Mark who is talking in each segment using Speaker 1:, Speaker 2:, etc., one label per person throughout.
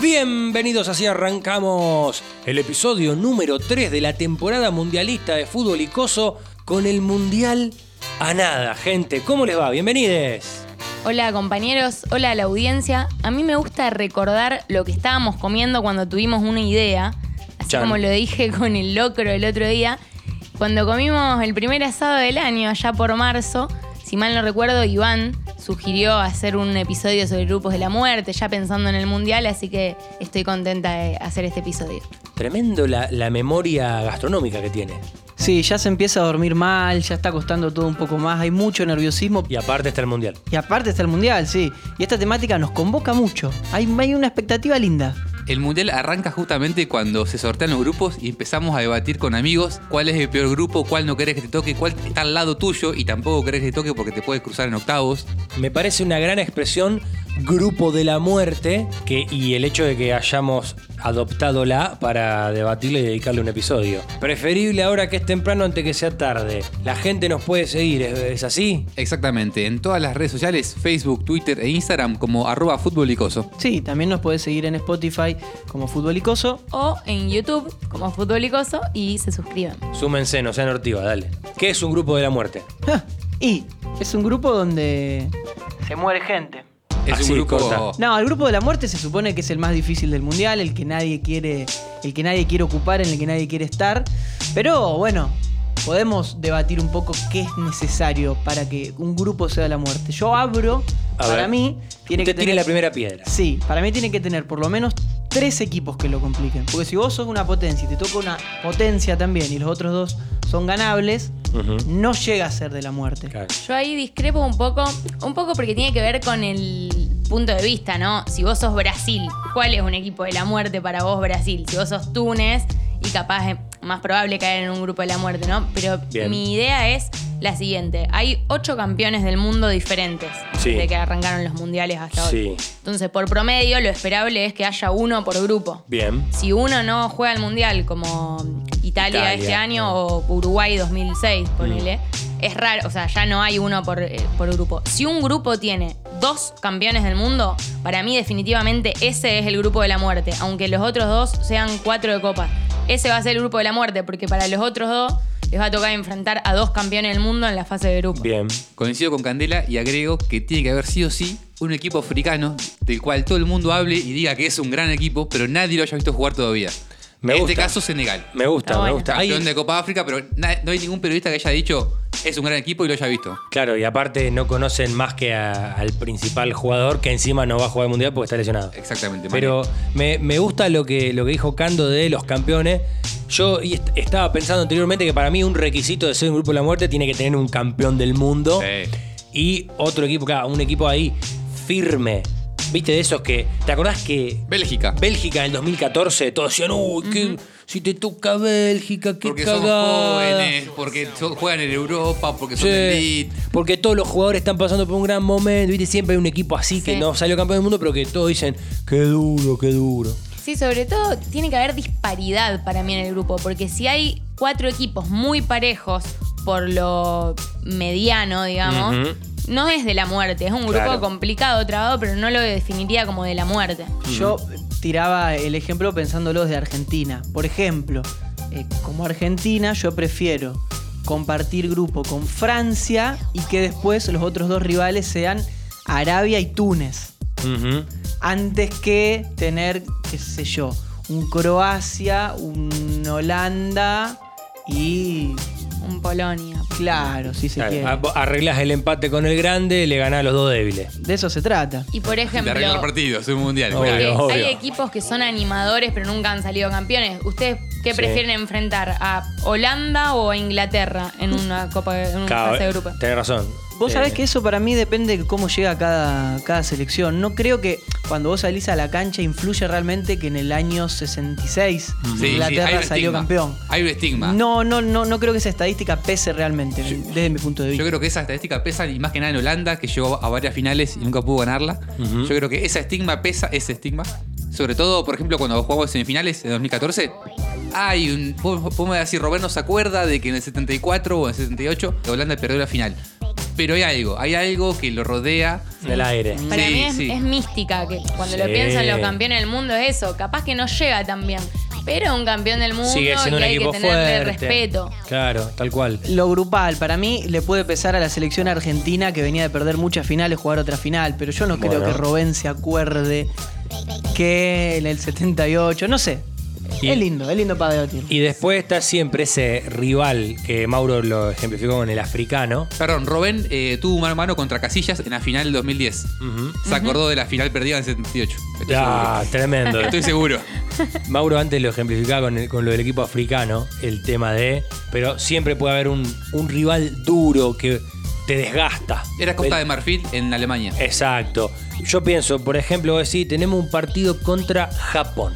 Speaker 1: Bienvenidos, así arrancamos el episodio número 3 de la temporada mundialista de fútbol y coso con el Mundial a nada, gente. ¿Cómo les va? Bienvenides.
Speaker 2: Hola compañeros, hola a la audiencia. A mí me gusta recordar lo que estábamos comiendo cuando tuvimos una idea, así
Speaker 1: Chan.
Speaker 2: como lo dije con el locro el otro día, cuando comimos el primer asado del año, allá por marzo, si mal no recuerdo, Iván sugirió hacer un episodio sobre grupos de la muerte, ya pensando en el mundial, así que estoy contenta de hacer este episodio.
Speaker 1: Tremendo la, la memoria gastronómica que tiene.
Speaker 3: Sí, ya se empieza a dormir mal, ya está costando todo un poco más, hay mucho nerviosismo.
Speaker 1: Y aparte está el Mundial.
Speaker 3: Y aparte está el Mundial, sí. Y esta temática nos convoca mucho. Hay, hay una expectativa linda.
Speaker 4: El mundial arranca justamente cuando se sortean los grupos y empezamos a debatir con amigos cuál es el peor grupo, cuál no querés que te toque, cuál está al lado tuyo y tampoco querés que te toque porque te puedes cruzar en octavos.
Speaker 1: Me parece una gran expresión grupo de la muerte que, y el hecho de que hayamos adoptado la para debatirle y dedicarle un episodio. Preferible ahora que es temprano antes que sea tarde. La gente nos puede seguir, ¿es, es así?
Speaker 4: Exactamente, en todas las redes sociales, Facebook, Twitter e Instagram como arroba futbolicoso.
Speaker 3: Sí, también nos puedes seguir en Spotify como Futbolicoso.
Speaker 2: O en YouTube como Futbolicoso y se suscriban.
Speaker 1: Súmense, no sean ortiva, dale. ¿Qué es un grupo de la muerte?
Speaker 3: Ja, Y es un grupo donde se muere gente.
Speaker 4: Es
Speaker 1: Así,
Speaker 4: un grupo...
Speaker 1: corta.
Speaker 3: No, el grupo de la muerte se supone que es el más difícil del mundial, el que nadie quiere, el que nadie quiere ocupar, en el que nadie quiere estar. Pero bueno, podemos debatir un poco qué es necesario para que un grupo sea la muerte. Yo abro,
Speaker 1: A
Speaker 3: para
Speaker 1: ver.
Speaker 3: mí tiene
Speaker 1: Usted tire
Speaker 3: que tener-
Speaker 1: la primera piedra.
Speaker 3: Sí, para mí tiene que tener por lo menos tres equipos que lo compliquen. Porque si vos sos una potencia y te toca una potencia también y los otros dos son ganables,
Speaker 1: Ujú.
Speaker 3: no llega a ser de la muerte.
Speaker 1: Claro.
Speaker 2: Yo ahí discrepo un poco, un poco porque tiene que ver con el punto de vista, ¿no? Si vos sos Brasil, ¿cuál es un equipo de la muerte para vos Brasil? Si vos sos Túnez y capaz es más probable caer en un grupo de la muerte, ¿no? Pero
Speaker 1: Bien.
Speaker 2: mi idea es la siguiente, hay ocho campeones del mundo diferentes
Speaker 1: Sí.
Speaker 2: desde que arrancaron los mundiales hasta hoy.
Speaker 1: Sí.
Speaker 2: Entonces, por promedio, lo esperable es que haya uno por grupo.
Speaker 1: Bien.
Speaker 2: Si uno no juega al mundial como Italia,
Speaker 1: Italia,
Speaker 2: este año
Speaker 1: claro. Mm.
Speaker 2: o Uruguay 2006, ponele, es raro, o sea, ya no hay uno por, eh, por grupo. Si un grupo tiene dos campeones del mundo, para mí definitivamente ese es el grupo de la muerte, aunque los otros dos sean cuatro de copa. Ese va a ser el grupo de la muerte, porque para los otros dos les va a tocar enfrentar a dos campeones del mundo en la fase de grupo.
Speaker 1: Bien.
Speaker 4: Coincido con Candela y agrego que tiene que haber sí o sí un equipo africano del cual todo el mundo hable y diga que es un gran equipo, pero nadie lo haya visto jugar todavía.
Speaker 1: Me
Speaker 4: en este
Speaker 1: gusta.
Speaker 4: caso, Senegal.
Speaker 1: Me gusta,
Speaker 2: Está
Speaker 1: me
Speaker 2: bueno.
Speaker 1: gusta. Ahí-
Speaker 4: Campeón de Copa África, pero na- no hay ningún periodista que haya dicho es un gran equipo y lo haya visto.
Speaker 1: Claro, y aparte no conocen más que a- al principal jugador que encima no va a jugar el mundial porque está lesionado.
Speaker 4: Exactamente. Manu.
Speaker 1: Pero me, me gusta lo que, lo que dijo Cando de los campeones. Yo y est- estaba pensando anteriormente que para mí un requisito de ser un grupo de la muerte tiene que tener un campeón del mundo
Speaker 4: Sí.
Speaker 1: y otro equipo, claro, un equipo ahí firme. ¿Viste de esos que. ¿Te acordás que
Speaker 4: Bélgica.
Speaker 1: Bélgica en el 2014 todos decían, uy, qué- si te toca Bélgica, qué
Speaker 4: Porque somos
Speaker 1: cagada".
Speaker 4: jóvenes, porque so- juegan en Europa, porque son
Speaker 1: Sí,
Speaker 4: elite.
Speaker 1: porque todos los jugadores están pasando por un gran momento, ¿viste? Siempre hay un equipo así que
Speaker 2: Sí.
Speaker 1: no salió campeón del mundo, pero que todos dicen, qué duro, qué duro.
Speaker 2: Sí, sobre todo tiene que haber disparidad para mí en el grupo, porque si hay cuatro equipos muy parejos por lo mediano, digamos,
Speaker 1: Ujú.
Speaker 2: no es de la muerte, es un grupo
Speaker 1: Claro.
Speaker 2: complicado, trabado, pero no lo definiría como de la muerte.
Speaker 3: Yo tiraba el ejemplo pensándolos de Argentina. Por ejemplo, eh, como Argentina, yo prefiero compartir grupo con Francia y que después los otros dos rivales sean Arabia y Túnez.
Speaker 1: Ujú.
Speaker 3: Antes que tener, qué sé yo, un Croacia, un Holanda y.
Speaker 2: Un Polonia.
Speaker 3: Claro, si se
Speaker 1: Claro, ah,
Speaker 3: quiere.
Speaker 1: a- Arreglás el empate con el grande, le ganás a los dos débiles.
Speaker 3: De eso se trata.
Speaker 2: Y por
Speaker 4: Te
Speaker 2: ejemplo,
Speaker 4: arreglan los partidos, es un mundial.
Speaker 1: Obvio.
Speaker 4: mirá.
Speaker 2: porque hay
Speaker 1: obvio.
Speaker 2: equipos que son animadores pero nunca han salido campeones. ¿Ustedes qué
Speaker 1: Sí.
Speaker 2: prefieren enfrentar? ¿A Holanda o a Inglaterra en una copa en una
Speaker 1: Claro,
Speaker 2: fase Mm, de grupo?
Speaker 1: Tenés razón.
Speaker 3: Vos
Speaker 1: Eh,
Speaker 3: sabés que eso para mí depende de cómo llega cada, cada selección. No creo que cuando vos salís a la cancha influye realmente que en el año 66
Speaker 1: Mm.
Speaker 4: Sí, sí, hay
Speaker 3: Inglaterra
Speaker 4: un
Speaker 3: salió
Speaker 4: estigma.
Speaker 3: campeón.
Speaker 4: Hay un estigma.
Speaker 3: No, no, no, no creo que esa estadística pese realmente, desde mi punto de
Speaker 4: Yo
Speaker 3: vista.
Speaker 4: creo que esa estadística pesa y más que nada en Holanda, que llegó a varias finales y nunca pudo ganarla.
Speaker 1: Ujú.
Speaker 4: Yo creo que esa estigma pesa, ese estigma. Sobre todo, por ejemplo, cuando jugamos semifinales en 2014. Hay un. Vos vos me decís, Robert no se acuerda de que en el 74 o en el 78 Holanda perdió la final. Pero hay algo, hay algo que lo rodea
Speaker 1: del aire.
Speaker 2: Para
Speaker 4: Sí,
Speaker 2: mí es,
Speaker 4: sí.
Speaker 2: es mística, que cuando lo
Speaker 1: Sí.
Speaker 2: piensan los campeones del mundo es eso. Capaz que no llega tan bien, pero un campeón del mundo
Speaker 1: Sigue siendo
Speaker 2: y
Speaker 1: un
Speaker 2: hay
Speaker 1: equipo
Speaker 2: que tenerle
Speaker 1: fuerte.
Speaker 2: respeto.
Speaker 1: Claro, tal cual.
Speaker 3: Lo grupal, para mí le puede pesar a la selección argentina que venía de perder muchas finales jugar otra final, pero yo no creo
Speaker 1: Bueno.
Speaker 3: que Robén se acuerde que en el 78, no sé.
Speaker 1: Y-
Speaker 3: es lindo, es lindo para debatir.
Speaker 1: Y después está siempre ese rival que Mauro lo ejemplificó con el africano.
Speaker 4: Perdón, Robén eh, tuvo un hermano contra Casillas en la final del 2010.
Speaker 1: Ujú.
Speaker 4: Se acordó de la final perdida en el 78. Estoy
Speaker 1: Ah,
Speaker 4: seguro.
Speaker 1: tremendo.
Speaker 4: Estoy seguro.
Speaker 1: Mauro antes lo ejemplificaba con, el- con lo del equipo africano, el tema de. Pero siempre puede haber un, un rival duro que te desgasta.
Speaker 4: Era Costa de Marfil en Alemania.
Speaker 1: Exacto. Yo pienso, por ejemplo, vos decís, tenemos un partido contra Japón.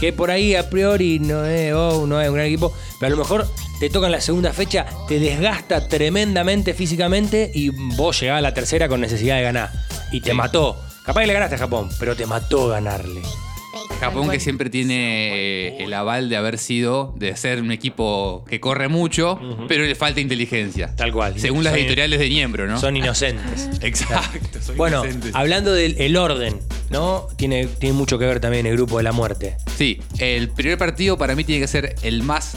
Speaker 1: Que por ahí a priori no es, oh, no es un gran equipo, pero a lo mejor te toca en la segunda fecha, te desgasta tremendamente físicamente y vos llegás a la tercera con necesidad de ganar. Y te mató. Capaz que le ganaste a Japón, pero te mató ganarle.
Speaker 4: Japón que siempre tiene eh, el aval de haber sido, de ser un equipo que corre mucho, pero le falta inteligencia.
Speaker 1: Tal cual.
Speaker 4: Según las
Speaker 1: Son-
Speaker 4: editoriales de Niembro, ¿no?
Speaker 1: Son inocentes.
Speaker 4: Exacto. son
Speaker 1: Bueno,
Speaker 4: inocentes.
Speaker 1: hablando del el orden, ¿no? Tiene, tiene mucho que ver también el grupo de la muerte.
Speaker 4: Sí, el primer partido para mí tiene que ser el más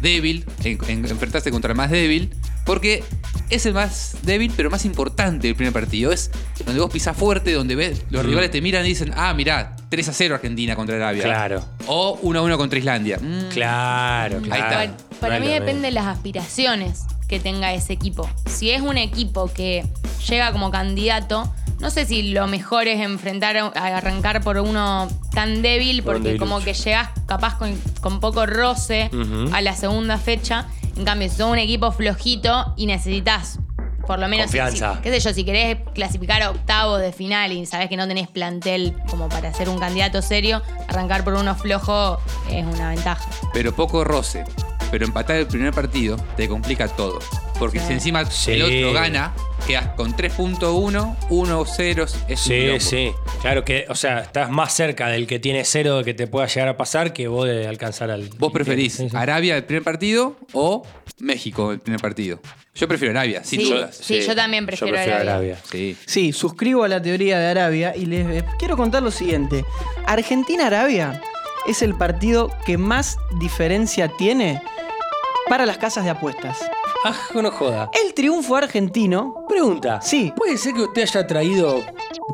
Speaker 4: débil, en- en- enfrentarse contra el más débil, porque es el más débil, pero más importante el primer partido. Es donde vos pisás fuerte, donde ves, los rivales te miran y dicen, ah, mirá, 3 a 0 Argentina contra Arabia.
Speaker 1: Claro.
Speaker 4: O 1 a 1 contra Islandia. Mm,
Speaker 1: Claro, claro. eh.
Speaker 4: está.
Speaker 2: Para, para
Speaker 1: No
Speaker 2: mí
Speaker 1: es lo
Speaker 2: depende de las aspiraciones que tenga ese equipo. Si es un equipo que llega como candidato, no sé si lo mejor es enfrentar a, a arrancar por uno tan débil,
Speaker 1: Por un
Speaker 2: porque como que
Speaker 1: debilucho.
Speaker 2: llegás capaz con, con poco roce
Speaker 1: Ujú.
Speaker 2: a la segunda fecha. En cambio, si sos un equipo flojito y necesitas. Por lo menos,
Speaker 1: Confianza.
Speaker 2: si- qué sé yo, si querés clasificar a octavos de final y sabés que no tenés plantel como para ser un candidato serio, arrancar por uno flojo es una ventaja.
Speaker 4: Pero poco roce. Pero empatar el primer partido te complica todo. Porque si encima
Speaker 1: Sí.
Speaker 4: el otro gana, quedas con 3.1, 1-0. Es un
Speaker 1: Sí,
Speaker 4: quilombo.
Speaker 1: sí. Claro que, o sea, estás más cerca del que tiene cero de que te pueda llegar a pasar que vos de alcanzar al.
Speaker 4: ¿Vos preferís
Speaker 1: Sí, sí.
Speaker 4: Arabia el primer partido o México el primer partido? Yo prefiero Arabia, sin
Speaker 2: Sí.
Speaker 4: dudas.
Speaker 2: Sí, yo también prefiero Arabia.
Speaker 4: Sí.
Speaker 3: Sí, suscribo a la teoría de Arabia y les eh, quiero contar lo siguiente. Argentina-Arabia es el partido que más diferencia tiene para las casas de apuestas.
Speaker 1: Ah, no joda.
Speaker 3: El triunfo argentino,
Speaker 1: Pregunta.
Speaker 3: Sí.
Speaker 1: ¿Puede ser que usted haya traído,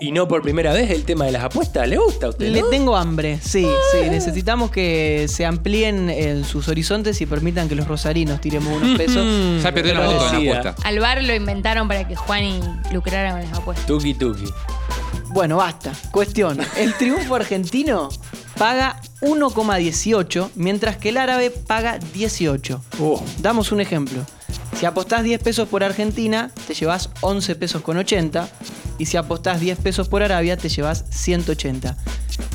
Speaker 1: y no por primera vez, el tema de las apuestas? ¿Le gusta a usted?
Speaker 3: le
Speaker 1: no?
Speaker 3: tengo hambre, sí, sí, necesitamos que se amplíen en sus horizontes y permitan que los rosarinos tiremos unos pesos.
Speaker 1: Mm,
Speaker 4: Ya perdió
Speaker 1: me
Speaker 4: la moto en
Speaker 1: parecía.
Speaker 4: la apuesta.
Speaker 2: Al bar lo inventaron para que Juan y lucrara con las apuestas.
Speaker 1: Tuki tuki.
Speaker 3: Bueno, basta. Cuestión. El triunfo argentino paga 1,18, mientras que el árabe paga 18. Damos un ejemplo. Si apostás 10 pesos por Argentina, te llevas 11 pesos con 80. Y si apostás 10 pesos por Arabia, te llevas 180.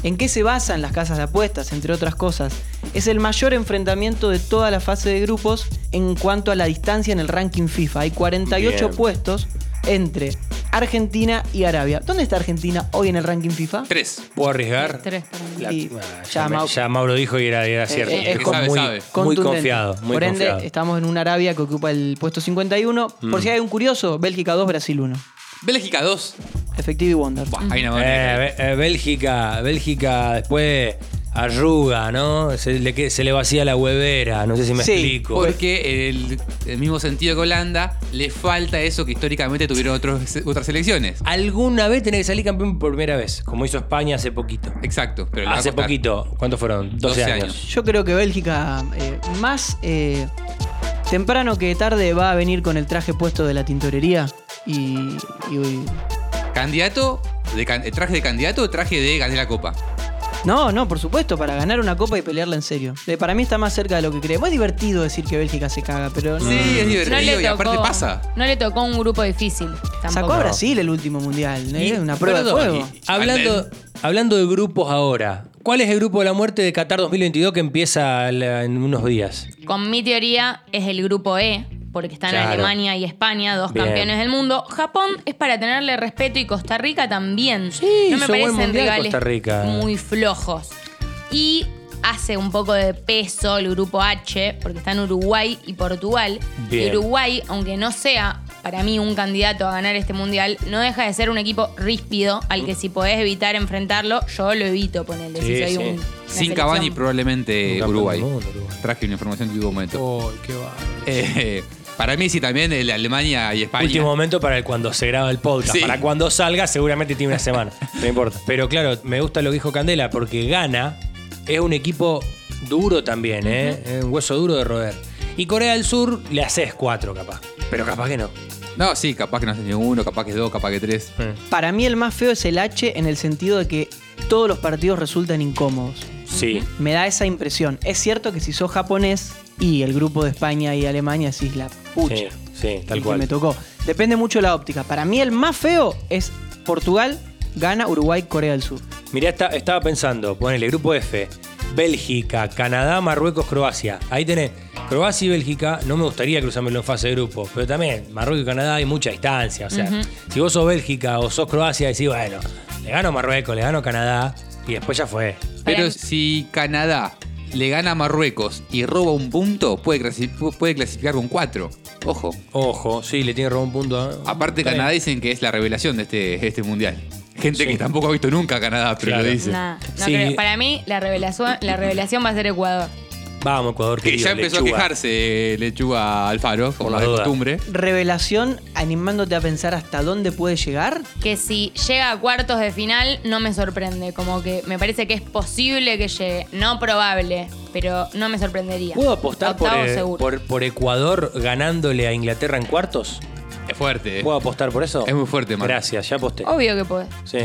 Speaker 3: ¿En qué se basan las casas de apuestas, entre otras cosas? Es el mayor enfrentamiento de toda la fase de grupos en cuanto a la distancia en el ranking FIFA. Hay 48
Speaker 1: Bien.
Speaker 3: puestos entre Argentina y Arabia. ¿Dónde está Argentina hoy en el ranking FIFA?
Speaker 4: Tres.
Speaker 1: ¿Puedo arriesgar?
Speaker 2: Tres para mí.
Speaker 1: La-
Speaker 3: Y
Speaker 1: ah, ya,
Speaker 3: ya
Speaker 1: me-
Speaker 3: Mau-
Speaker 1: ya Mauro dijo y era, era cierto.
Speaker 3: eh, es
Speaker 1: Dijo
Speaker 4: sabe,
Speaker 1: muy,
Speaker 4: sabe.
Speaker 1: muy
Speaker 3: Contundente.
Speaker 1: confiado, muy
Speaker 3: Por ende,
Speaker 1: confiado. Mm.
Speaker 3: estamos en una Arabia que ocupa el puesto 51. Por si hay un curioso, Bélgica 2, Brasil 1.
Speaker 4: Bélgica 2.
Speaker 3: Efectivo y Wonder.
Speaker 4: Hay una manera.
Speaker 1: Eh, Bé- eh, Bélgica, Bélgica después arruga, ¿no? Se le, que- se le vacía la huevera, no sé si me
Speaker 3: Sí,
Speaker 1: explico.
Speaker 4: Porque en el, el mismo sentido que Holanda, le falta eso que históricamente tuvieron otros, otras selecciones.
Speaker 1: Alguna vez tenés que salir campeón por primera vez, como hizo España hace poquito.
Speaker 4: Exacto. Pero le va a
Speaker 1: hace
Speaker 4: costar.
Speaker 1: poquito, ¿cuántos fueron? 12,
Speaker 4: 12
Speaker 1: años.
Speaker 4: años.
Speaker 3: Yo creo que Bélgica, eh, más eh, temprano que tarde, va a venir con el traje puesto de la tintorería. Y, y-
Speaker 4: Candidato, de can- eh, traje de candidato o traje de gané la copa.
Speaker 3: No, no, por supuesto, para ganar una copa y pelearla en serio. Eh, para mí está más cerca de lo que creemos. Es divertido decir que Bélgica se caga, pero...
Speaker 4: Sí, es
Speaker 2: No
Speaker 4: divertido
Speaker 2: le
Speaker 4: y aparte
Speaker 2: tocó-
Speaker 4: pasa.
Speaker 2: No le tocó un grupo difícil. Tampoco.
Speaker 3: Sacó a Brasil el último mundial. ¿eh?
Speaker 1: Y-
Speaker 3: una prueba
Speaker 4: perdón,
Speaker 3: de fuego.
Speaker 4: y-
Speaker 1: Hablando, hablando de grupos ahora, ¿cuál es el grupo de la muerte de Qatar 2022 que empieza la- en unos días?
Speaker 2: Con mi teoría es el grupo E, porque están
Speaker 1: Claro.
Speaker 2: Alemania y España, dos
Speaker 1: Bien.
Speaker 2: campeones del mundo. Japón es para tenerle respeto y Costa Rica también.
Speaker 1: Sí,
Speaker 2: no me
Speaker 1: hizo buen
Speaker 2: parecen
Speaker 1: mundial
Speaker 2: rivales
Speaker 1: Costa Rica.
Speaker 2: muy flojos. Y hace un poco de peso el grupo H, porque están Uruguay y Portugal.
Speaker 1: Bien.
Speaker 2: Y Uruguay, aunque no sea para mí un candidato a ganar este mundial, no deja de ser un equipo ríspido al que si podés evitar enfrentarlo, yo lo evito, ponele.
Speaker 1: Sí,
Speaker 2: si soy
Speaker 1: sí.
Speaker 2: un, una
Speaker 4: Sin
Speaker 2: selección.
Speaker 4: Cavani probablemente
Speaker 1: Un campeón
Speaker 4: Uruguay.
Speaker 1: del mundo, Uruguay.
Speaker 4: Traje una información que hubo un momento.
Speaker 1: Oh, qué va.
Speaker 4: Eh, para mí sí también el Alemania y España.
Speaker 1: Último momento para el cuando se graba el podcast.
Speaker 4: Sí.
Speaker 1: Para cuando salga, seguramente tiene una semana. no importa. Pero claro, me gusta lo que dijo Candela, porque Gana es un equipo duro también, ¿eh? Es un hueso duro de roer. Y Corea del Sur le haces cuatro, capaz. Pero capaz que no.
Speaker 4: No, sí, capaz que no es ninguno, capaz que es dos, capaz que tres.
Speaker 1: Eh.
Speaker 3: Para mí el más feo es el H en el sentido de que todos los partidos resultan incómodos.
Speaker 1: Sí.
Speaker 3: Me da esa impresión. Es cierto que si sos japonés y el grupo de España y Alemania, sí es la pucha.
Speaker 1: Sí, sí, tal
Speaker 3: el
Speaker 1: cual.
Speaker 3: que me tocó. Depende mucho de la óptica. Para mí el más feo es Portugal, Ghana, Uruguay, Corea del Sur.
Speaker 1: Mirá, esta- estaba pensando, ponele grupo F, Bélgica, Canadá, Marruecos, Croacia. Ahí tenés Croacia y Bélgica, no me gustaría cruzármelo en fase de grupo, pero también Marruecos y Canadá hay mucha distancia. O sea, si vos sos Bélgica o sos Croacia, decís, bueno, le gano a Marruecos, le gano a Canadá, y después ya fue.
Speaker 4: Pero
Speaker 2: Para-
Speaker 4: si Canadá le gana a Marruecos y roba un punto, puede, clasi- puede clasificar con cuatro. Ojo.
Speaker 1: Ojo, sí, le tiene robado un punto. a-
Speaker 4: Aparte,
Speaker 1: Está bien.
Speaker 4: Canadá dicen que es la revelación de este, este mundial. Gente
Speaker 1: Sí.
Speaker 4: que tampoco ha visto nunca a Canadá, pero
Speaker 1: Claro.
Speaker 4: lo dice.
Speaker 2: Nah, no
Speaker 1: Sí.
Speaker 2: creo. Para mí, la revelación, la revelación va a ser Ecuador.
Speaker 1: Vamos, Ecuador,
Speaker 4: Que
Speaker 1: querido,
Speaker 4: ya empezó
Speaker 1: lechuga.
Speaker 4: a quejarse Lechuga Alfaro, como
Speaker 1: la
Speaker 4: de
Speaker 1: duda.
Speaker 4: costumbre.
Speaker 3: Revelación animándote a pensar hasta dónde puede llegar.
Speaker 2: Que si llega a cuartos de final, no me sorprende. Como que me parece que es posible que llegue. No probable, pero no me sorprendería.
Speaker 1: ¿Puedo apostar por,
Speaker 2: Octavo
Speaker 1: eh,
Speaker 2: seguro.
Speaker 1: por- por Ecuador ganándole a Inglaterra en cuartos?
Speaker 4: Es fuerte. eh.
Speaker 1: ¿Puedo apostar por eso?
Speaker 4: Es muy fuerte, Mar.
Speaker 1: Gracias, ya aposté.
Speaker 2: Obvio que puede.
Speaker 1: Sí.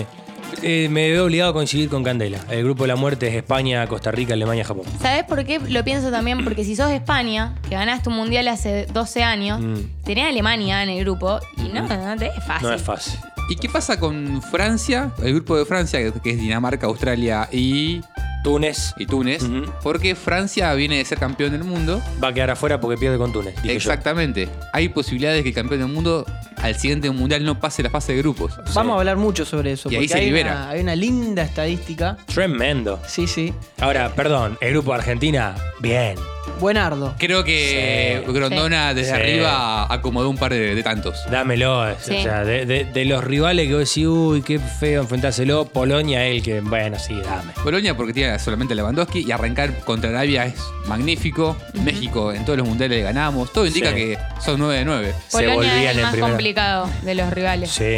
Speaker 1: Eh, me veo obligado a coincidir con Candela. El grupo de la muerte es España, Costa Rica, Alemania, Japón.
Speaker 2: ¿Sabes por qué lo pienso también? Porque si sos de España, que ganaste un mundial hace 12 años, tenés a Alemania en el grupo y no, no te
Speaker 3: Ah,
Speaker 2: es fácil.
Speaker 1: Mm. No es fácil.
Speaker 4: ¿Y qué pasa con Francia? El grupo de Francia, que- que es Dinamarca, Australia y,
Speaker 1: Túnez
Speaker 4: y Túnez.
Speaker 1: Ujú.
Speaker 4: Porque Francia viene de ser campeón del mundo.
Speaker 1: va a quedar afuera porque pierde con Túnez. dije yo.
Speaker 4: Exactamente. Hay posibilidades que el campeón del mundo al siguiente mundial no pase la fase de grupos.
Speaker 3: Vamos a hablar mucho sobre eso.
Speaker 4: Y ahí
Speaker 3: porque
Speaker 4: se
Speaker 3: hay
Speaker 4: libera.
Speaker 3: Una, hay una linda estadística.
Speaker 1: Tremendo.
Speaker 3: Sí, sí.
Speaker 1: Ahora, perdón, el grupo de Argentina, bien.
Speaker 3: Buenardo.
Speaker 4: Creo que
Speaker 1: Sí.
Speaker 4: Grondona desde
Speaker 1: Sí.
Speaker 4: arriba acomodó un par de, de tantos.
Speaker 1: Dámelo. es-
Speaker 2: Sí.
Speaker 1: O sea, de, de- de los rivales que vos decís, uy, qué feo enfrentárselo, Polonia, él que, bueno, sí, dame.
Speaker 4: Bolonia porque tiene solamente a Lewandowski y arrancar contra Arabia es magnífico. México en todos los mundiales ganamos. Todo indica
Speaker 1: Sí.
Speaker 4: que son 9 de 9.
Speaker 1: se
Speaker 2: Polonia
Speaker 1: volvían
Speaker 2: es el
Speaker 1: en
Speaker 2: más
Speaker 1: primera.
Speaker 2: complicado de los rivales.
Speaker 1: Sí,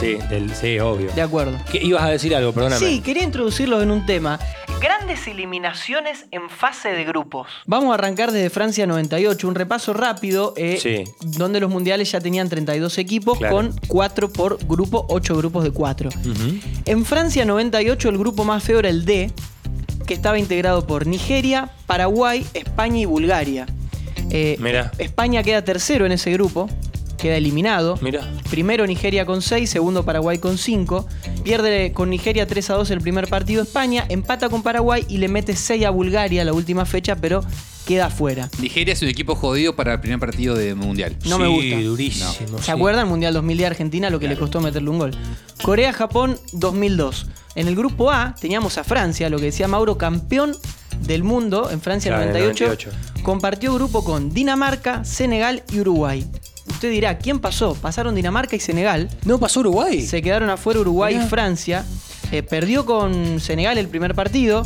Speaker 1: sí, del- sí, obvio.
Speaker 3: De acuerdo.
Speaker 1: ¿Qué, ibas a decir algo, perdóname.
Speaker 3: Sí, quería introducirlos en un tema. Grandes eliminaciones en fase de grupos. Vamos a arrancar desde Francia 98, un repaso rápido, eh,
Speaker 1: Sí.
Speaker 3: donde los mundiales ya tenían 32 equipos
Speaker 1: Claro.
Speaker 3: con 4 por grupo, 8 grupos de 4. En Francia 98 el grupo más feo era el D, que estaba integrado por Nigeria, Paraguay, España y Bulgaria. Eh,
Speaker 1: Mirá.
Speaker 3: España queda tercero en ese grupo, queda eliminado.
Speaker 1: Mirá.
Speaker 3: Primero Nigeria con 6, segundo Paraguay con 5. Pierde con Nigeria 3 a 2 el primer partido España, empata con Paraguay y le mete 6 a Bulgaria la última fecha, pero queda fuera.
Speaker 4: Nigeria es un equipo jodido para el primer partido de mundial.
Speaker 3: No me
Speaker 1: Sí,
Speaker 3: gusta.
Speaker 1: durísimo.
Speaker 3: ¿Se
Speaker 1: sí.
Speaker 3: acuerdan? Mundial 2000 de Argentina, lo que le costó meterle un gol. Corea-Japón 2002. En el grupo A teníamos a Francia, lo que decía Mauro, campeón del mundo en Francia
Speaker 1: Claro, en el
Speaker 3: 98,
Speaker 1: 98.
Speaker 3: Compartió grupo con Dinamarca, Senegal y Uruguay. Usted dirá, ¿quién pasó? Pasaron Dinamarca y Senegal.
Speaker 1: ¿No pasó Uruguay?
Speaker 3: Se quedaron afuera Uruguay y Francia. Eh, perdió con Senegal el primer partido,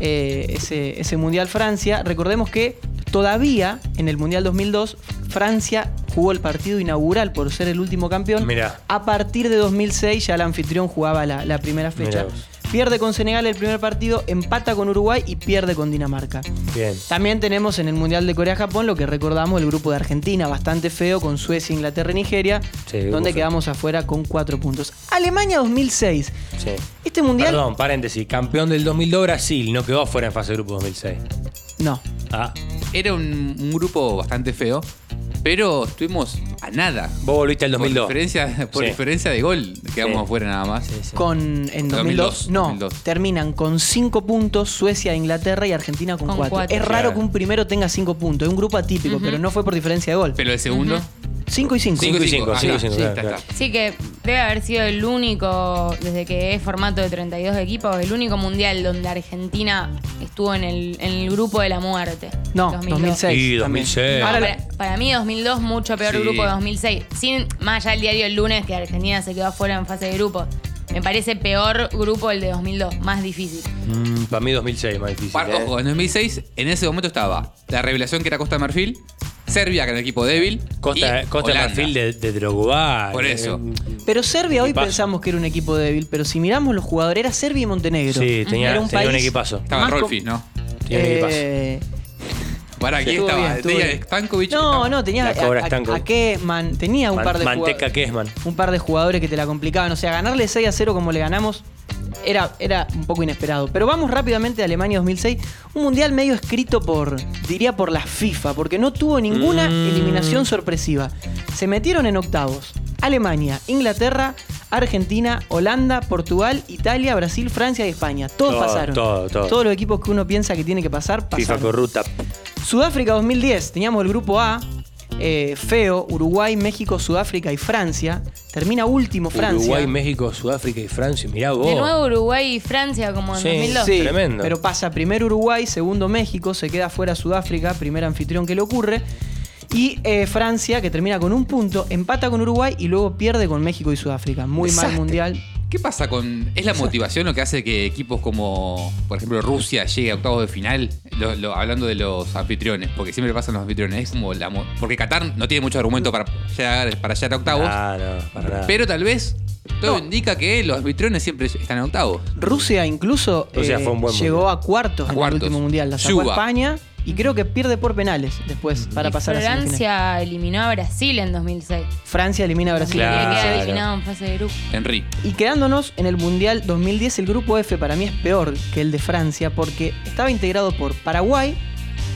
Speaker 3: eh, ese, ese Mundial Francia. Recordemos que todavía en el Mundial 2002 Francia jugó el partido inaugural por ser el último campeón.
Speaker 1: Mirá.
Speaker 3: A partir de 2006 ya el anfitrión jugaba la, la primera
Speaker 1: Mirá
Speaker 3: fecha.
Speaker 1: vos.
Speaker 3: Pierde con Senegal el primer partido, empata con Uruguay y pierde con Dinamarca.
Speaker 1: Bien.
Speaker 3: También tenemos en el Mundial de Corea-Japón lo que recordamos el grupo de Argentina, bastante feo, con Suecia, Inglaterra y Nigeria,
Speaker 1: Sí, grupo
Speaker 3: donde
Speaker 1: feo.
Speaker 3: quedamos afuera con cuatro puntos. Alemania 2006.
Speaker 1: Sí.
Speaker 3: Este Mundial...
Speaker 1: Perdón, paréntesis. Campeón del 2002 Brasil, no quedó fuera en fase de grupo 2006.
Speaker 3: No.
Speaker 1: Ah,
Speaker 4: Era un, un grupo bastante feo, pero estuvimos a nada.
Speaker 1: vos volviste al
Speaker 4: Por
Speaker 1: 2002.
Speaker 4: diferencia, por
Speaker 1: Sí.
Speaker 4: diferencia de gol quedamos
Speaker 1: Sí.
Speaker 4: afuera nada más.
Speaker 3: Con, en 2002,
Speaker 4: 2002,
Speaker 3: no,
Speaker 4: 2002.
Speaker 3: terminan con cinco puntos Suecia, e Inglaterra y Argentina con,
Speaker 2: Con
Speaker 3: cuatro.
Speaker 2: cuatro.
Speaker 3: Es raro
Speaker 1: Claro.
Speaker 3: que un primero tenga cinco puntos, es un grupo atípico, pero no fue por diferencia de gol.
Speaker 4: Pero el segundo,
Speaker 3: 5 y 5.
Speaker 1: Cinco y cinco,
Speaker 4: Ah,
Speaker 1: cinco y
Speaker 4: no,
Speaker 1: cinco,
Speaker 4: sí,
Speaker 1: claro,
Speaker 4: está,
Speaker 1: claro.
Speaker 4: está.
Speaker 2: Sí, que debe haber sido el único, desde que es formato de 32 equipos, el único mundial donde Argentina estuvo en el, en el grupo de la muerte.
Speaker 3: No,
Speaker 2: 2002.
Speaker 3: 2006.
Speaker 1: Y
Speaker 3: también.
Speaker 1: 2006.
Speaker 2: No,
Speaker 3: Ahora la-
Speaker 2: para, para mí 2002 mucho peor
Speaker 4: Sí.
Speaker 2: grupo de 2006. Sin, más allá del diario el lunes que Argentina se quedó afuera en fase de grupo. Me parece peor grupo el de 2002, más difícil.
Speaker 1: para Mm, mí 2006 más difícil.
Speaker 4: Par-
Speaker 1: eh.
Speaker 4: Ojo, en 2006, en ese momento estaba la revelación que era Costa de Marfil, Serbia, que era un equipo débil.
Speaker 1: Costa,
Speaker 4: y
Speaker 1: Costa de
Speaker 4: Holanda.
Speaker 1: Marfil de, de Drogba.
Speaker 4: Por
Speaker 1: eh,
Speaker 4: eso.
Speaker 3: Pero Serbia hoy
Speaker 1: Equipazo.
Speaker 3: pensamos que era un equipo débil, pero si miramos los jugadores, era Serbia y Montenegro.
Speaker 1: Sí, tenía,
Speaker 3: Era
Speaker 1: tenía un,
Speaker 3: un país-
Speaker 1: equipazo.
Speaker 4: Estaba
Speaker 3: Más com-
Speaker 4: Rolfi, ¿no?
Speaker 1: Tenía un equipazo.
Speaker 3: Eh,
Speaker 4: Para aquí
Speaker 3: estuvo bien,
Speaker 4: estaba.
Speaker 3: estuvo
Speaker 4: Tenía
Speaker 3: bien.
Speaker 4: Stankovic.
Speaker 3: No,
Speaker 4: estaba-
Speaker 3: no, tenía
Speaker 1: La
Speaker 3: a,
Speaker 1: Cobra
Speaker 3: a-
Speaker 1: Stankovic.
Speaker 3: a qué man- tenía un
Speaker 1: Man-
Speaker 3: par de
Speaker 1: Manteca
Speaker 3: jugadores-
Speaker 1: Kesman.
Speaker 3: un par de jugadores que te la complicaban. O sea, ganarle 6 a 0 como le ganamos era, era un poco inesperado. Pero vamos rápidamente a Alemania 2006. Un mundial medio escrito por, diría, por la FIFA, porque no tuvo ninguna
Speaker 1: Mm.
Speaker 3: eliminación sorpresiva. Se metieron en octavos. Alemania, Inglaterra, Argentina, Holanda, Portugal, Italia, Brasil, Francia y España. Todos
Speaker 1: Todo,
Speaker 3: pasaron.
Speaker 1: todo, todo.
Speaker 3: Todos los equipos que uno piensa que tiene que pasar,
Speaker 1: FIFA
Speaker 3: pasaron.
Speaker 1: corrupta.
Speaker 3: Sudáfrica 2010, teníamos el grupo A, eh, Feo, Uruguay, México, Sudáfrica y Francia. Termina último Francia.
Speaker 1: Uruguay, México, Sudáfrica y Francia. Mirá vos.
Speaker 2: De nuevo Uruguay y Francia como en
Speaker 1: Oh. Sí.
Speaker 2: 2002.
Speaker 3: Sí,
Speaker 1: Tremendo.
Speaker 3: pero pasa primero Uruguay, segundo México, se queda fuera Sudáfrica, primer anfitrión que le ocurre. Y eh, Francia, que termina con un punto, empata con Uruguay y luego pierde con México y Sudáfrica. Muy
Speaker 4: Desastre.
Speaker 3: mal mundial.
Speaker 4: ¿Qué pasa con.? ¿Es la motivación lo que hace que equipos como, por ejemplo, Rusia llegue a octavos de final? Lo- lo- hablando de los anfitriones, porque siempre pasan los anfitriones. Es como la mo- porque Qatar no tiene mucho argumento para llegar, para llegar a octavos.
Speaker 1: Ah, no, para nada.
Speaker 4: Pero tal vez todo
Speaker 3: No.
Speaker 4: indica que los anfitriones siempre están en octavos.
Speaker 3: Rusia incluso eh,
Speaker 1: Rusia fue un buen
Speaker 3: llegó
Speaker 1: mundial.
Speaker 3: a cuartos
Speaker 4: A
Speaker 3: en
Speaker 4: cuartos.
Speaker 3: el último mundial. La sacó a
Speaker 4: Suba.
Speaker 3: España y creo que pierde por penales después para
Speaker 2: Y
Speaker 3: pasar a semifinal.
Speaker 2: Francia eliminó a Brasil en 2006.
Speaker 3: Francia elimina a Brasil.
Speaker 1: Claro.
Speaker 2: Tiene que quedar eliminado en fase de grupo.
Speaker 4: Henry.
Speaker 3: Y quedándonos en el Mundial 2010, el grupo F para mí es peor que el de Francia porque estaba integrado por Paraguay,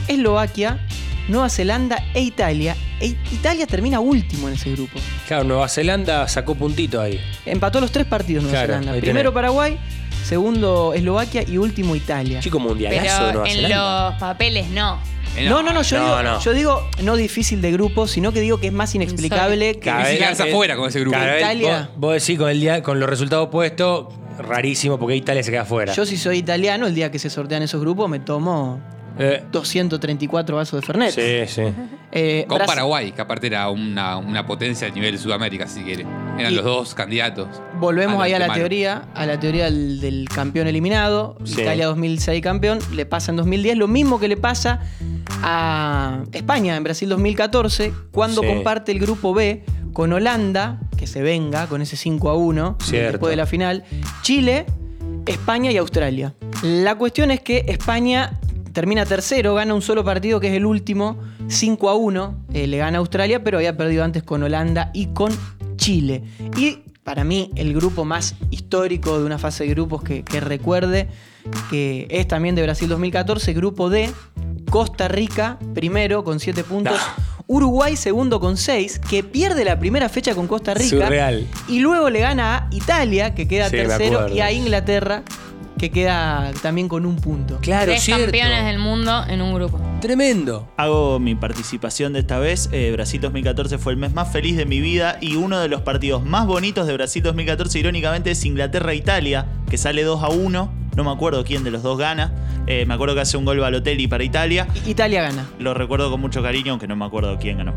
Speaker 3: Eslovaquia, Nueva Zelanda e Italia. E Italia termina último en ese grupo.
Speaker 1: Claro, Nueva Zelanda sacó puntito ahí.
Speaker 3: Empató los tres partidos Nueva
Speaker 1: Claro,
Speaker 3: Zelanda.
Speaker 1: ahí tenés.
Speaker 3: Primero Paraguay, segundo Eslovaquia y último Italia.
Speaker 1: Chico mundialazo de
Speaker 2: Pero
Speaker 1: Nueva
Speaker 2: en
Speaker 1: Zelanda.
Speaker 2: los papeles no.
Speaker 4: Eh,
Speaker 3: No, no, no, yo,
Speaker 1: no,
Speaker 3: digo,
Speaker 1: no.
Speaker 3: yo digo no difícil de grupo, sino que digo que es más inexplicable que...
Speaker 4: Cada vez- quedarse afuera con ese grupo.
Speaker 1: cada vez-
Speaker 3: Italia.
Speaker 1: Vos, vos decís con, el día, con los resultados puestos, rarísimo porque Italia se queda afuera.
Speaker 3: Yo si soy italiano, el día que se sortean esos grupos me tomo
Speaker 1: Eh,
Speaker 3: 234 vasos de Fernet.
Speaker 1: sí, sí.
Speaker 3: Eh,
Speaker 4: Con
Speaker 3: Brasil-
Speaker 4: Paraguay, que aparte era una, una potencia a nivel Sudamérica, si quieres. Eran
Speaker 3: Y-
Speaker 4: los dos candidatos.
Speaker 1: Ah,
Speaker 3: Volvemos
Speaker 4: al
Speaker 3: ahí a la
Speaker 4: antemano.
Speaker 3: teoría, a la teoría del, del campeón eliminado,
Speaker 1: Sí.
Speaker 3: Italia 2006 campeón, le pasa en 2010 lo mismo que le pasa a España en Brasil 2014, cuando
Speaker 1: Sí.
Speaker 3: comparte el grupo B con Holanda, que se venga con ese 5 a 1
Speaker 1: Cierto.
Speaker 3: después de la final, Chile, España y Australia. La cuestión es que España termina tercero, gana un solo partido que es el último, 5 a 1, eh, le gana a Australia, pero había perdido antes con Holanda y con Chile. Y para mí el grupo más histórico de una fase de grupos que, que recuerde, que es también de Brasil 2014, grupo D, Costa Rica primero con 7 puntos. Uruguay segundo con 6, que pierde la primera fecha con Costa Rica.
Speaker 1: Surreal.
Speaker 3: Y luego le gana a Italia, que queda
Speaker 1: Sí, me
Speaker 3: tercero,
Speaker 1: acuerdo.
Speaker 3: y a Inglaterra, que queda también con un punto.
Speaker 1: Claro,
Speaker 2: Tres
Speaker 1: cierto.
Speaker 2: campeones del mundo en un grupo.
Speaker 1: Tremendo.
Speaker 5: Hago mi participación de esta vez. Eh, Brasil 2014 fue el mes más feliz de mi vida y uno de los partidos más bonitos de Brasil 2014, irónicamente, es Inglaterra-Italia, que sale 2 a 1. No me acuerdo quién de los dos gana. Eh, me acuerdo que hace un gol Balotelli para Italia.
Speaker 3: Italia gana.
Speaker 5: Lo recuerdo con mucho cariño, aunque no me acuerdo quién ganó.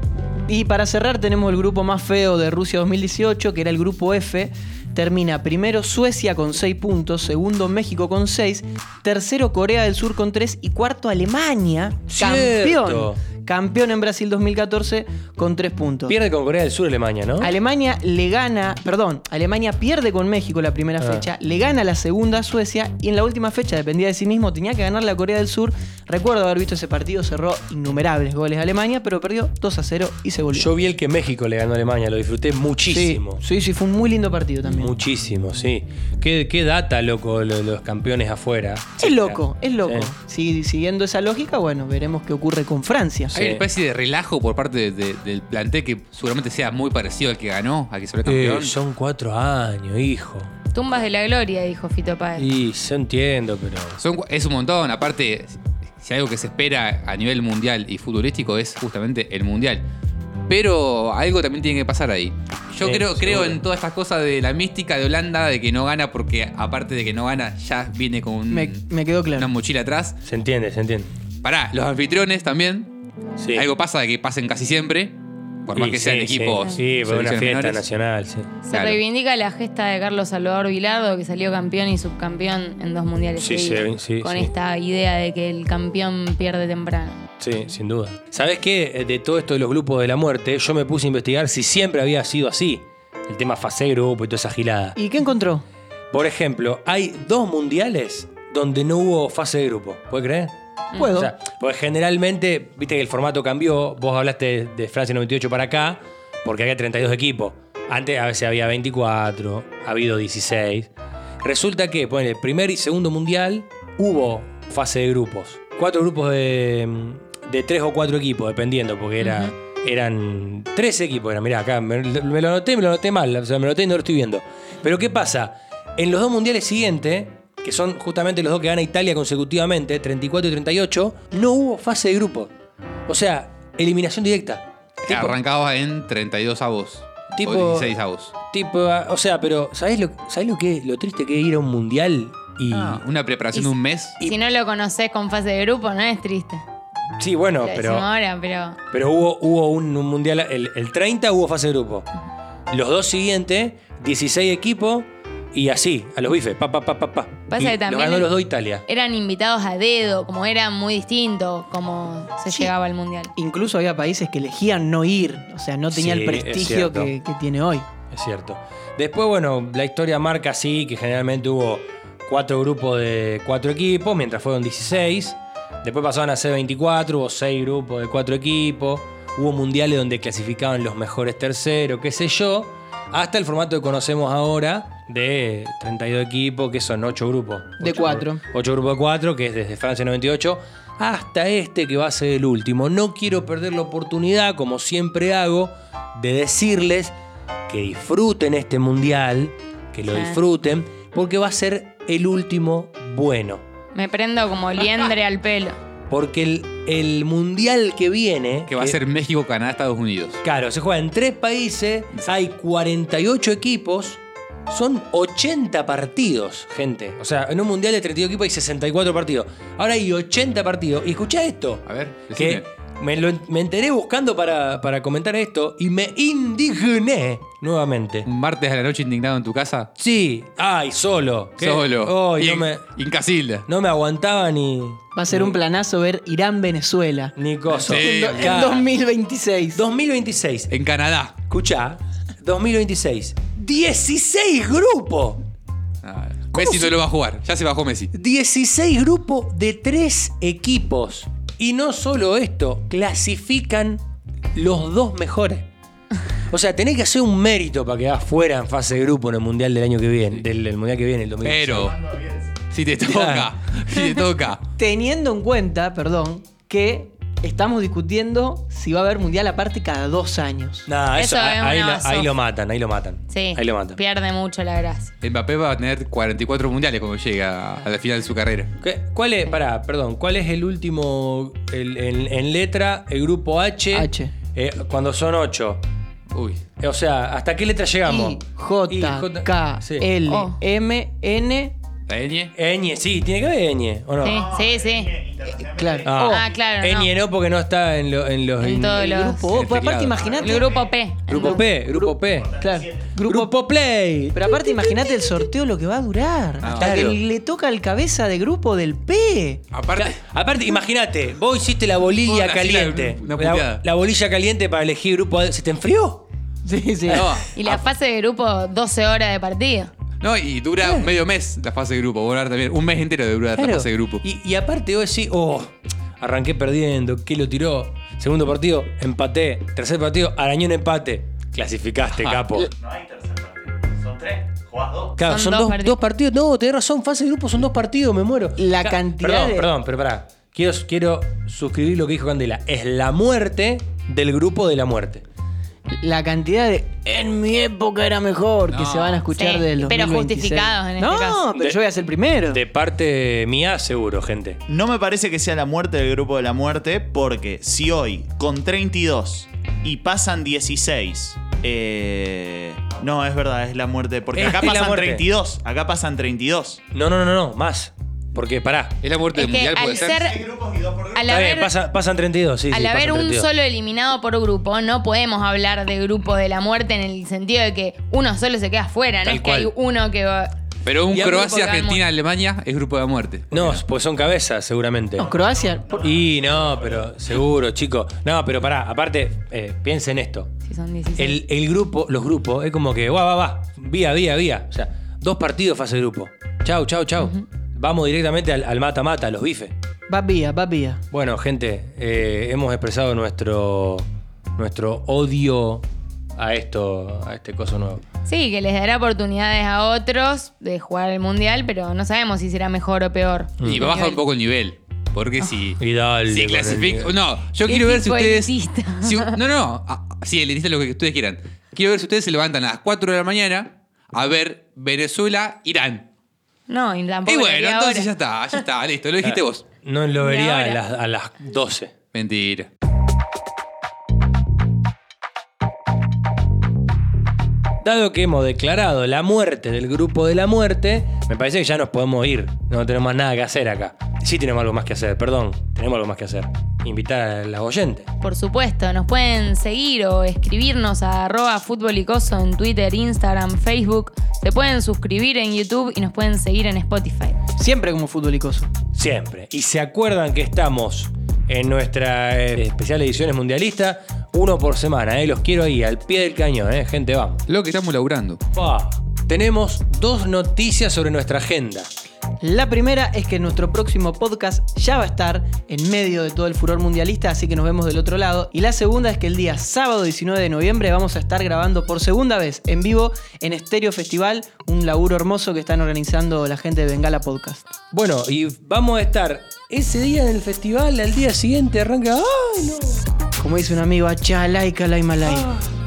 Speaker 3: Y para cerrar tenemos el grupo más feo de Rusia 2018, que era el grupo F. Termina primero Suecia con 6 puntos, segundo México con 6, tercero Corea del Sur con 3 y cuarto Alemania,
Speaker 1: Cierto.
Speaker 3: campeón. Campeón en Brasil 2014 con 3 puntos.
Speaker 1: Pierde con Corea del Sur Alemania, ¿no?
Speaker 3: Alemania le gana, perdón, Alemania pierde con México la primera
Speaker 1: Ah.
Speaker 3: fecha, le gana la segunda a Suecia y en la última fecha dependía de sí mismo, tenía que ganar la Corea del Sur. Recuerdo haber visto ese partido, cerró innumerables goles a Alemania, pero perdió 2 a 0 y se volvió.
Speaker 1: Yo vi el que México le ganó a Alemania, lo disfruté
Speaker 3: sí,
Speaker 1: muchísimo.
Speaker 3: sí, sí, fue un muy lindo partido también.
Speaker 1: Muchísimo, sí. Qué, qué data, loco, lo- los campeones afuera.
Speaker 3: Es loco, es loco.
Speaker 1: Sí.
Speaker 3: Si- siguiendo esa lógica, bueno, veremos qué ocurre con Francia.
Speaker 1: Sí.
Speaker 4: Hay una especie de relajo por parte de- de- del plantel que seguramente sea muy parecido al que ganó, al que salió campeón.
Speaker 1: Eh, son cuatro años, hijo.
Speaker 2: Tumbas de la gloria, dijo Fito Páez.
Speaker 1: Y yo entiendo, pero.
Speaker 4: Son cu- es un montón. Aparte, si hay algo que se espera a nivel mundial y futbolístico es justamente el mundial. Pero algo también tiene que pasar ahí. Yo
Speaker 1: Sí,
Speaker 4: creo, creo
Speaker 1: seguro.
Speaker 4: en todas estas cosas de la mística de Holanda, de que no gana, porque aparte de que no gana, ya viene con un-
Speaker 3: Me, me quedó claro.
Speaker 4: una mochila atrás.
Speaker 1: Se entiende, se entiende.
Speaker 4: Pará, los anfitriones también.
Speaker 1: Sí.
Speaker 4: Algo pasa de que pasen casi siempre, por más
Speaker 1: Y
Speaker 4: que
Speaker 1: sí,
Speaker 4: sean
Speaker 1: sí,
Speaker 4: equipos.
Speaker 1: Sí, por una
Speaker 4: selecciones
Speaker 1: fiesta
Speaker 4: menores.
Speaker 1: nacional, sí.
Speaker 2: Se
Speaker 4: Claro.
Speaker 2: reivindica la gesta de Carlos Salvador Vilardo, que salió campeón y subcampeón en dos mundiales.
Speaker 1: Sí,
Speaker 2: seguidos,
Speaker 1: sí, sí,
Speaker 2: con
Speaker 1: sí.
Speaker 2: esta idea de que el campeón pierde temprano.
Speaker 1: Sí, sin duda. ¿Sabés qué? Eh, De todo esto de los grupos de la muerte, yo me puse a investigar si siempre había sido así. El tema fase grupo y toda esa gilada.
Speaker 3: ¿Y qué encontró?
Speaker 1: Por ejemplo, hay dos mundiales donde no hubo fase de grupo. ¿Puedes creer?
Speaker 3: Puedo.
Speaker 1: Mm. O sea, porque generalmente, viste que el formato cambió. Vos hablaste de, de Francia 98 para acá, porque había 32 equipos. Antes a veces había 24, ha habido 16. Resulta que, bueno, el primer y segundo mundial hubo fase de grupos. Cuatro grupos de, de tres o cuatro equipos, dependiendo, porque era, eran tres equipos. Era, mirá, acá me, me lo anoté, me lo anoté mal, o sea, me lo anoté y no lo estoy viendo. Pero ¿qué pasa? En los dos mundiales siguientes, que son justamente los dos que gana Italia consecutivamente, 34 y 38, no hubo fase de grupo. O sea, eliminación directa.
Speaker 4: Que
Speaker 1: Tipo-
Speaker 4: Arrancaba en 32 avos.
Speaker 1: Tipo-
Speaker 4: O 16 avos.
Speaker 1: Tipo, ah, o sea, pero ¿sabés lo, ¿sabés lo que lo triste que es ir a un mundial? Y
Speaker 4: Una preparación de un mes.
Speaker 2: Si no lo conocés con fase de grupo, no es triste.
Speaker 1: sí, bueno,
Speaker 2: lo decimos
Speaker 1: pero
Speaker 2: ahora, pero
Speaker 1: pero hubo hubo un, un mundial el, el 30 hubo fase de grupo. Los dos siguientes, 16 equipos y así, a los bifes, pa pa pa pa pa.
Speaker 2: Pasa
Speaker 1: Y
Speaker 2: que
Speaker 1: los
Speaker 2: también
Speaker 1: ganó
Speaker 2: el-
Speaker 1: los dos Italia.
Speaker 2: eran invitados a dedo, como era muy distinto como se
Speaker 3: Sí.
Speaker 2: llegaba al mundial.
Speaker 3: Incluso había países que elegían no ir. O sea, no tenía
Speaker 1: Sí,
Speaker 3: el
Speaker 1: es
Speaker 3: prestigio
Speaker 1: cierto.
Speaker 3: que, que tiene hoy.
Speaker 1: Es cierto. Después, bueno, la historia marca así, que generalmente hubo cuatro grupos de cuatro equipos, mientras fueron 16. Después pasaron a ser 24, hubo seis grupos de cuatro equipos. Hubo mundiales donde clasificaban los mejores terceros, qué sé yo. Hasta el formato que conocemos ahora de 32 equipos, que son ocho grupos.
Speaker 3: De
Speaker 1: Ocho
Speaker 3: cuatro.
Speaker 1: grupos. Ocho grupos de cuatro, que es desde Francia 98 hasta este que va a ser el último. No quiero perder la oportunidad, como siempre hago, de decirles que disfruten este mundial, que lo
Speaker 2: Sí.
Speaker 1: disfruten, porque va a ser el último bueno.
Speaker 2: Me prendo como liendre al pelo.
Speaker 1: Porque el, el mundial que viene.
Speaker 4: Que va a ser México, Canadá, Estados Unidos.
Speaker 1: Claro, se juega en tres países, hay 48 equipos, son 80 partidos, gente. O sea, en un mundial de 32 equipos hay 64 partidos. Ahora hay 80 partidos. Y escuchá esto.
Speaker 4: A ver,
Speaker 1: que
Speaker 4: decime.
Speaker 1: me, lo- me enteré buscando para, para comentar esto y me indigné nuevamente.
Speaker 4: Un martes a la noche indignado en tu casa.
Speaker 1: Sí, ay, solo. ¿Qué?
Speaker 4: Solo.
Speaker 1: Ay,
Speaker 4: y
Speaker 1: no,
Speaker 4: en,
Speaker 1: me,
Speaker 4: y en Casilda.
Speaker 1: no me aguantaba ni,
Speaker 3: Va a ser un planazo ver Irán-Venezuela.
Speaker 1: ni cosa.
Speaker 4: Sí,
Speaker 3: En do- en
Speaker 1: Claro.
Speaker 3: 2026.
Speaker 1: 2026.
Speaker 4: En Canadá.
Speaker 1: Escuchá, 2026. 16 grupos.
Speaker 4: Ah, Messi no lo va a jugar. Ya se bajó Messi.
Speaker 1: 16 grupos de 3 equipos. Y no solo esto, clasifican los dos mejores. O sea, tenés que hacer un mérito para quedar fuera en fase de grupo en el mundial del año que viene, del, del mundial que viene, el 2026.
Speaker 4: Pero. Si te toca. Si te toca.
Speaker 3: Teniendo en cuenta, perdón, que estamos discutiendo si va a haber mundial aparte cada dos años.
Speaker 1: Nah, eso,
Speaker 2: Eso es
Speaker 1: ahí,
Speaker 2: una
Speaker 1: lo,
Speaker 2: basofia.
Speaker 1: ahí lo matan, ahí lo matan.
Speaker 2: Sí,
Speaker 1: Ahí lo matan.
Speaker 2: pierde mucho la gracia.
Speaker 4: Mbappé va a tener 44 mundiales cuando llega a la final de su carrera.
Speaker 1: ¿Qué- ¿Cuál es, pará, perdón, cuál es el último, el- en- en letra, el grupo H?
Speaker 3: H.
Speaker 1: eh, cuando son 8.
Speaker 4: Uy.
Speaker 1: O sea, ¿hasta qué letra llegamos?
Speaker 3: I, J, K,
Speaker 1: sí.
Speaker 3: L,
Speaker 2: Oh.
Speaker 3: M, N,
Speaker 4: La ñ.
Speaker 1: Ñ, sí, tiene que haber Ñ, ¿o no?
Speaker 2: Sí, sí, sí.
Speaker 3: claro.
Speaker 1: Ah.
Speaker 3: O.
Speaker 2: Ah, claro. no.
Speaker 1: Ñ no, porque no está en, lo- en los.
Speaker 2: En
Speaker 1: en-
Speaker 2: todos
Speaker 1: el
Speaker 2: los-
Speaker 1: grupo.
Speaker 3: Grupo O. Por
Speaker 4: El
Speaker 3: pues, aparte,
Speaker 4: teclado.
Speaker 3: imagínate.
Speaker 2: El grupo P.
Speaker 1: Grupo P, grupo P.
Speaker 3: Claro.
Speaker 1: Grupo,
Speaker 3: Grupo
Speaker 1: Play.
Speaker 3: Pero aparte, imagínate el sorteo lo que va a durar.
Speaker 4: Ah,
Speaker 3: hasta
Speaker 1: claro.
Speaker 3: que le toca el cabeza de grupo del P.
Speaker 4: Aparte.
Speaker 1: Aparte, imagínate, vos hiciste la bolilla
Speaker 4: Una-
Speaker 1: caliente.
Speaker 4: una
Speaker 1: la,
Speaker 4: puteada.
Speaker 1: la bolilla caliente para elegir grupo A. ¿Se te enfrió?
Speaker 3: Sí, sí.
Speaker 4: No.
Speaker 2: Y
Speaker 1: Ah.
Speaker 2: la fase de grupo, 12 horas de partido.
Speaker 4: No, y dura medio mes la fase de grupo. Va a durar también un mes entero de durar la
Speaker 1: Claro.
Speaker 4: fase de grupo.
Speaker 1: Y, y aparte, vos decís, oh, arranqué perdiendo, ¿qué lo tiró? Segundo partido, empaté. Tercer partido, arañón empate. Clasificaste, capo.
Speaker 5: No hay tercer partido. Son tres. Jugás dos.
Speaker 1: Claro, son,
Speaker 2: Son
Speaker 1: dos,
Speaker 2: dos
Speaker 1: dos partidos.
Speaker 2: partidos.
Speaker 1: No, tenés razón, fase de grupo son dos partidos, me muero.
Speaker 3: La
Speaker 1: Ca-
Speaker 3: cantidad
Speaker 1: Perdón,
Speaker 3: de-
Speaker 1: perdón, pero pará. Quiero, quiero suscribir lo que dijo Candela. Es la muerte del grupo de la muerte.
Speaker 3: La cantidad de. En mi época era mejor que
Speaker 4: No.
Speaker 3: se van a escuchar
Speaker 2: Sí,
Speaker 3: de los.
Speaker 2: pero justificados en este
Speaker 3: no,
Speaker 2: caso.
Speaker 3: pero
Speaker 1: De-
Speaker 3: yo voy a ser primero.
Speaker 1: De parte mía, seguro, gente.
Speaker 5: No me parece que sea la muerte del grupo de la muerte, porque si hoy, con 32, y pasan 16. Eh, no, es verdad, es la muerte. Porque
Speaker 1: Es
Speaker 5: acá
Speaker 1: la
Speaker 5: pasan
Speaker 1: muerte.
Speaker 5: 32. Acá pasan 32.
Speaker 1: No, no, no, no, no, más. Porque pará.
Speaker 4: ¿Es la muerte
Speaker 2: Es que
Speaker 4: mundial? ¿Puede
Speaker 2: al
Speaker 4: ser?
Speaker 2: ser. Al
Speaker 1: Está bien,
Speaker 2: haber,
Speaker 1: pasa- pasan 32, sí.
Speaker 2: al
Speaker 1: sí,
Speaker 2: haber
Speaker 1: pasan
Speaker 2: un
Speaker 1: 32.
Speaker 2: solo eliminado por grupo, no podemos hablar de grupo de la muerte en el sentido de que uno solo se queda fuera, no
Speaker 1: Tal
Speaker 2: es que hay
Speaker 1: cual.
Speaker 2: uno que va.
Speaker 4: Pero un
Speaker 1: Y a grupo
Speaker 4: Croacia,
Speaker 2: que van
Speaker 4: Argentina, Alemania es grupo de la muerte.
Speaker 1: No, pues son cabezas, seguramente.
Speaker 3: No, Croacia. por-
Speaker 1: Y no, pero seguro, chico. No, pero pará, aparte, eh, piensen esto.
Speaker 2: Si son 16.
Speaker 1: El, el grupo, los grupos, es como que va, va, va, vía, vía, vía. O sea, dos partidos fase de grupo. Chau, chau, chau. Vamos directamente al- al mata-mata, a los bifes.
Speaker 3: Va vía, va vía.
Speaker 1: Bueno, gente, eh, hemos expresado nuestro, nuestro odio a esto, a este coso nuevo.
Speaker 2: Sí, que les dará oportunidades a otros de jugar el mundial, pero no sabemos si será mejor o peor.
Speaker 4: Y baja un poco el nivel. Porque si.
Speaker 1: Y dale
Speaker 4: Si
Speaker 1: con
Speaker 4: clasifica.
Speaker 1: el-
Speaker 4: No, yo
Speaker 2: ¿Qué
Speaker 4: quiero ver si
Speaker 2: tipo
Speaker 4: ustedes.
Speaker 2: elitista?
Speaker 4: si- no, no. ah, sí, elitista lo que ustedes quieran. Quiero ver si ustedes se levantan a las 4 de la mañana a ver Venezuela, Irán.
Speaker 2: No, y tampoco.
Speaker 4: y
Speaker 2: lo
Speaker 4: bueno,
Speaker 2: haría
Speaker 4: entonces
Speaker 2: ahora.
Speaker 4: ya está, ya está, listo. Lo dijiste vos.
Speaker 1: No lo
Speaker 2: Y
Speaker 1: vería a
Speaker 2: ahora.
Speaker 1: las, a las 12.
Speaker 4: Mentira.
Speaker 1: Dado que hemos declarado la muerte del grupo de la muerte, me parece que ya nos podemos ir. No tenemos más nada que hacer acá. Sí tenemos algo más que hacer, perdón. Tenemos algo más que hacer. Invitar a las oyentes.
Speaker 2: Por supuesto, nos pueden seguir o escribirnos a arroba futbolicoso en Twitter, Instagram, Facebook. Se pueden suscribir en YouTube y nos pueden seguir en Spotify.
Speaker 3: Siempre como futbolicoso.
Speaker 1: Siempre. Y se acuerdan que estamos en nuestra eh, especial ediciones mundialista, uno por semana, ¿eh? Los quiero ahí, al pie del cañón, ¿eh? Gente, vamos.
Speaker 4: Lo que estamos laburando.
Speaker 1: Pa. Tenemos dos noticias sobre nuestra agenda.
Speaker 3: La primera es que nuestro próximo podcast ya va a estar en medio de todo el furor mundialista, así que nos vemos del otro lado. Y la segunda es que el día sábado 19 de noviembre vamos a estar grabando por segunda vez en vivo en Estéreo Festival, un laburo hermoso que están organizando la gente de Bengala Podcast.
Speaker 1: Bueno, y vamos a estar ese día en el festival, al día siguiente arranca. ¡Ay, no!
Speaker 3: Como dice un amigo, achalay, calay, malay.